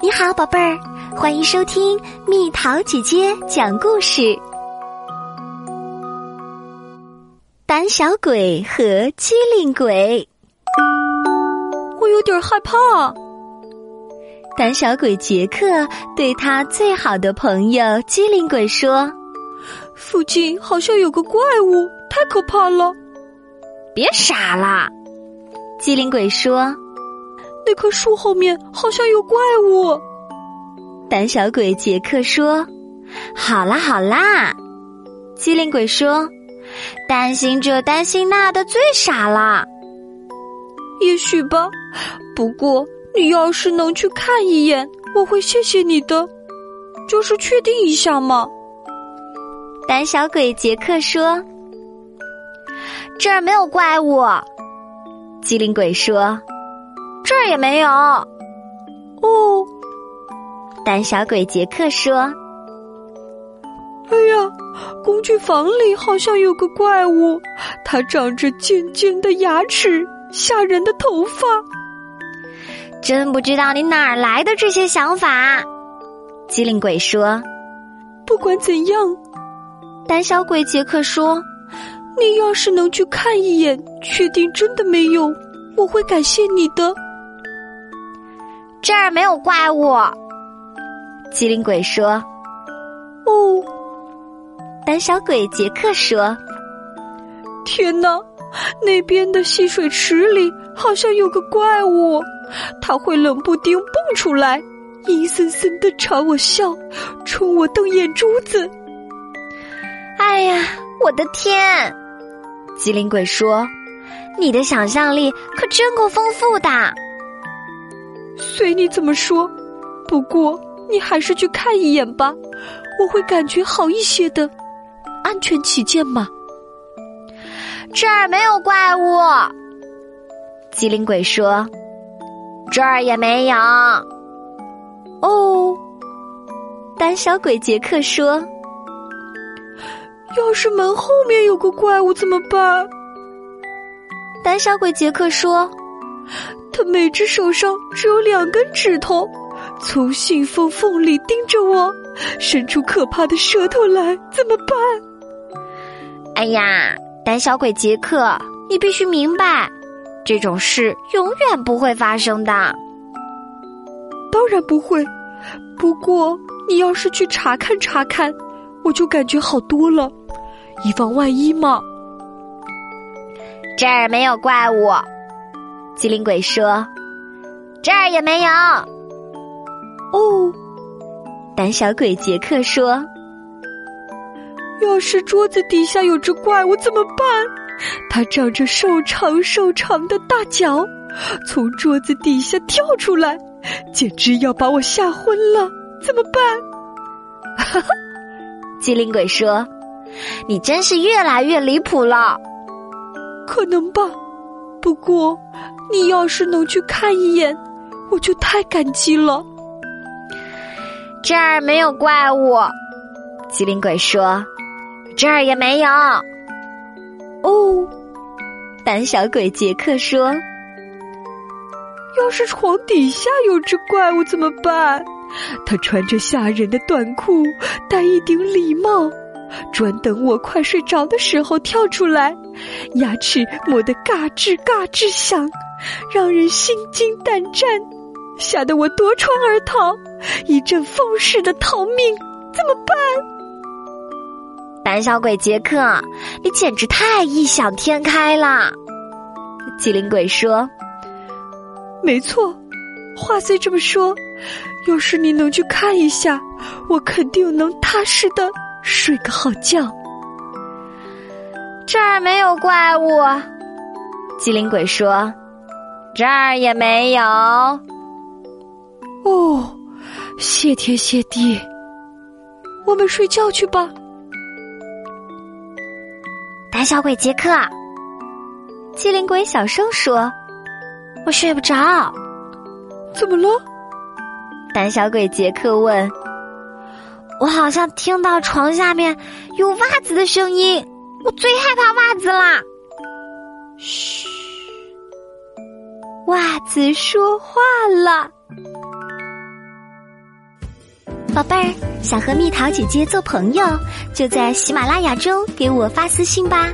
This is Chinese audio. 你好，宝贝儿，欢迎收听蜜桃姐姐讲故事。胆小鬼和机灵鬼，我有点害怕。胆小鬼杰克对他最好的朋友机灵鬼说附近好像有个怪物，太可怕了。：“别傻啦！”机灵鬼说那棵树后面好像有怪物。：“胆小鬼杰克说，好啦好啦。”机灵鬼说：“担心这担心那的最傻啦。”也许吧，不过你要是能去看一眼，我会谢谢你的。就是确定一下嘛。胆小鬼杰克说：“这儿没有怪物。”机灵鬼说：“这儿也没有。哦，”胆小鬼杰克说哎呀，工具房里好像有个怪物，它长着尖尖的牙齿，吓人的头发。：“真不知道你哪儿来的这些想法。”机灵鬼说不管怎样，：“胆小鬼杰克说，你要是能去看一眼，确定真的没有，我会感谢你的。这儿没有怪物。”机灵鬼说哦，：“胆小鬼杰克说，天哪！那边的戏水池里好像有个怪物，它会冷不丁蹦出来，阴森森的朝我笑，冲我瞪眼珠子。哎呀，我的天！”机灵鬼说：“你的想象力可真够丰富的。”随你怎么说，不过你还是去看一眼吧，我会感觉好一些的。安全起见嘛。这儿没有怪物。机灵鬼说：“这儿也没有。”哦，胆小鬼杰克说要是门后面有个怪物怎么办？：“胆小鬼杰克说，他每只手上只有两根指头，从信封缝里盯着我，伸出可怕的舌头来，怎么办？哎呀，胆小鬼杰克，你必须明白，这种事永远不会发生的。当然不会。不过你要是去查看查看，我就感觉好多了，以防万一嘛。这儿没有怪物。”机灵鬼说：“这儿也没有。哦，”胆小鬼杰克说。要是桌子底下有只怪物怎么办？它长着瘦长瘦长的大脚，从桌子底下跳出来，简直要把我吓昏了，怎么办？机灵鬼说：“你真是越来越离谱了。”可能吧。不过，你要是能去看一眼，我就太感激了。这儿没有怪物，机灵鬼说：“这儿也没有。哦，”胆小鬼杰克说要是床底下有只怪物怎么办？它穿着吓人的短裤，戴一顶礼帽，专等我快睡着的时候跳出来，牙齿磨得嘎吱嘎吱响，让人心惊胆战，吓得我夺窗而逃，一阵风似的逃命，怎么办？：“胆小鬼杰克，你简直太异想天开了。”机灵鬼说没错，话虽这么说，要是你能去看一下，我肯定能踏实的睡个好觉。：“这儿没有怪物。”机灵鬼说：“这儿也没有。哦，谢天谢地，我们睡觉去吧。”胆小鬼杰克，机灵鬼小声说：“我睡不着。”怎么了？胆小鬼杰克问：“我好像听到床下面有袜子的声音，我最害怕袜子啦！”嘘，袜子说话了。宝贝儿，想和蜜桃姐姐做朋友，就在喜马拉雅中给我发私信吧。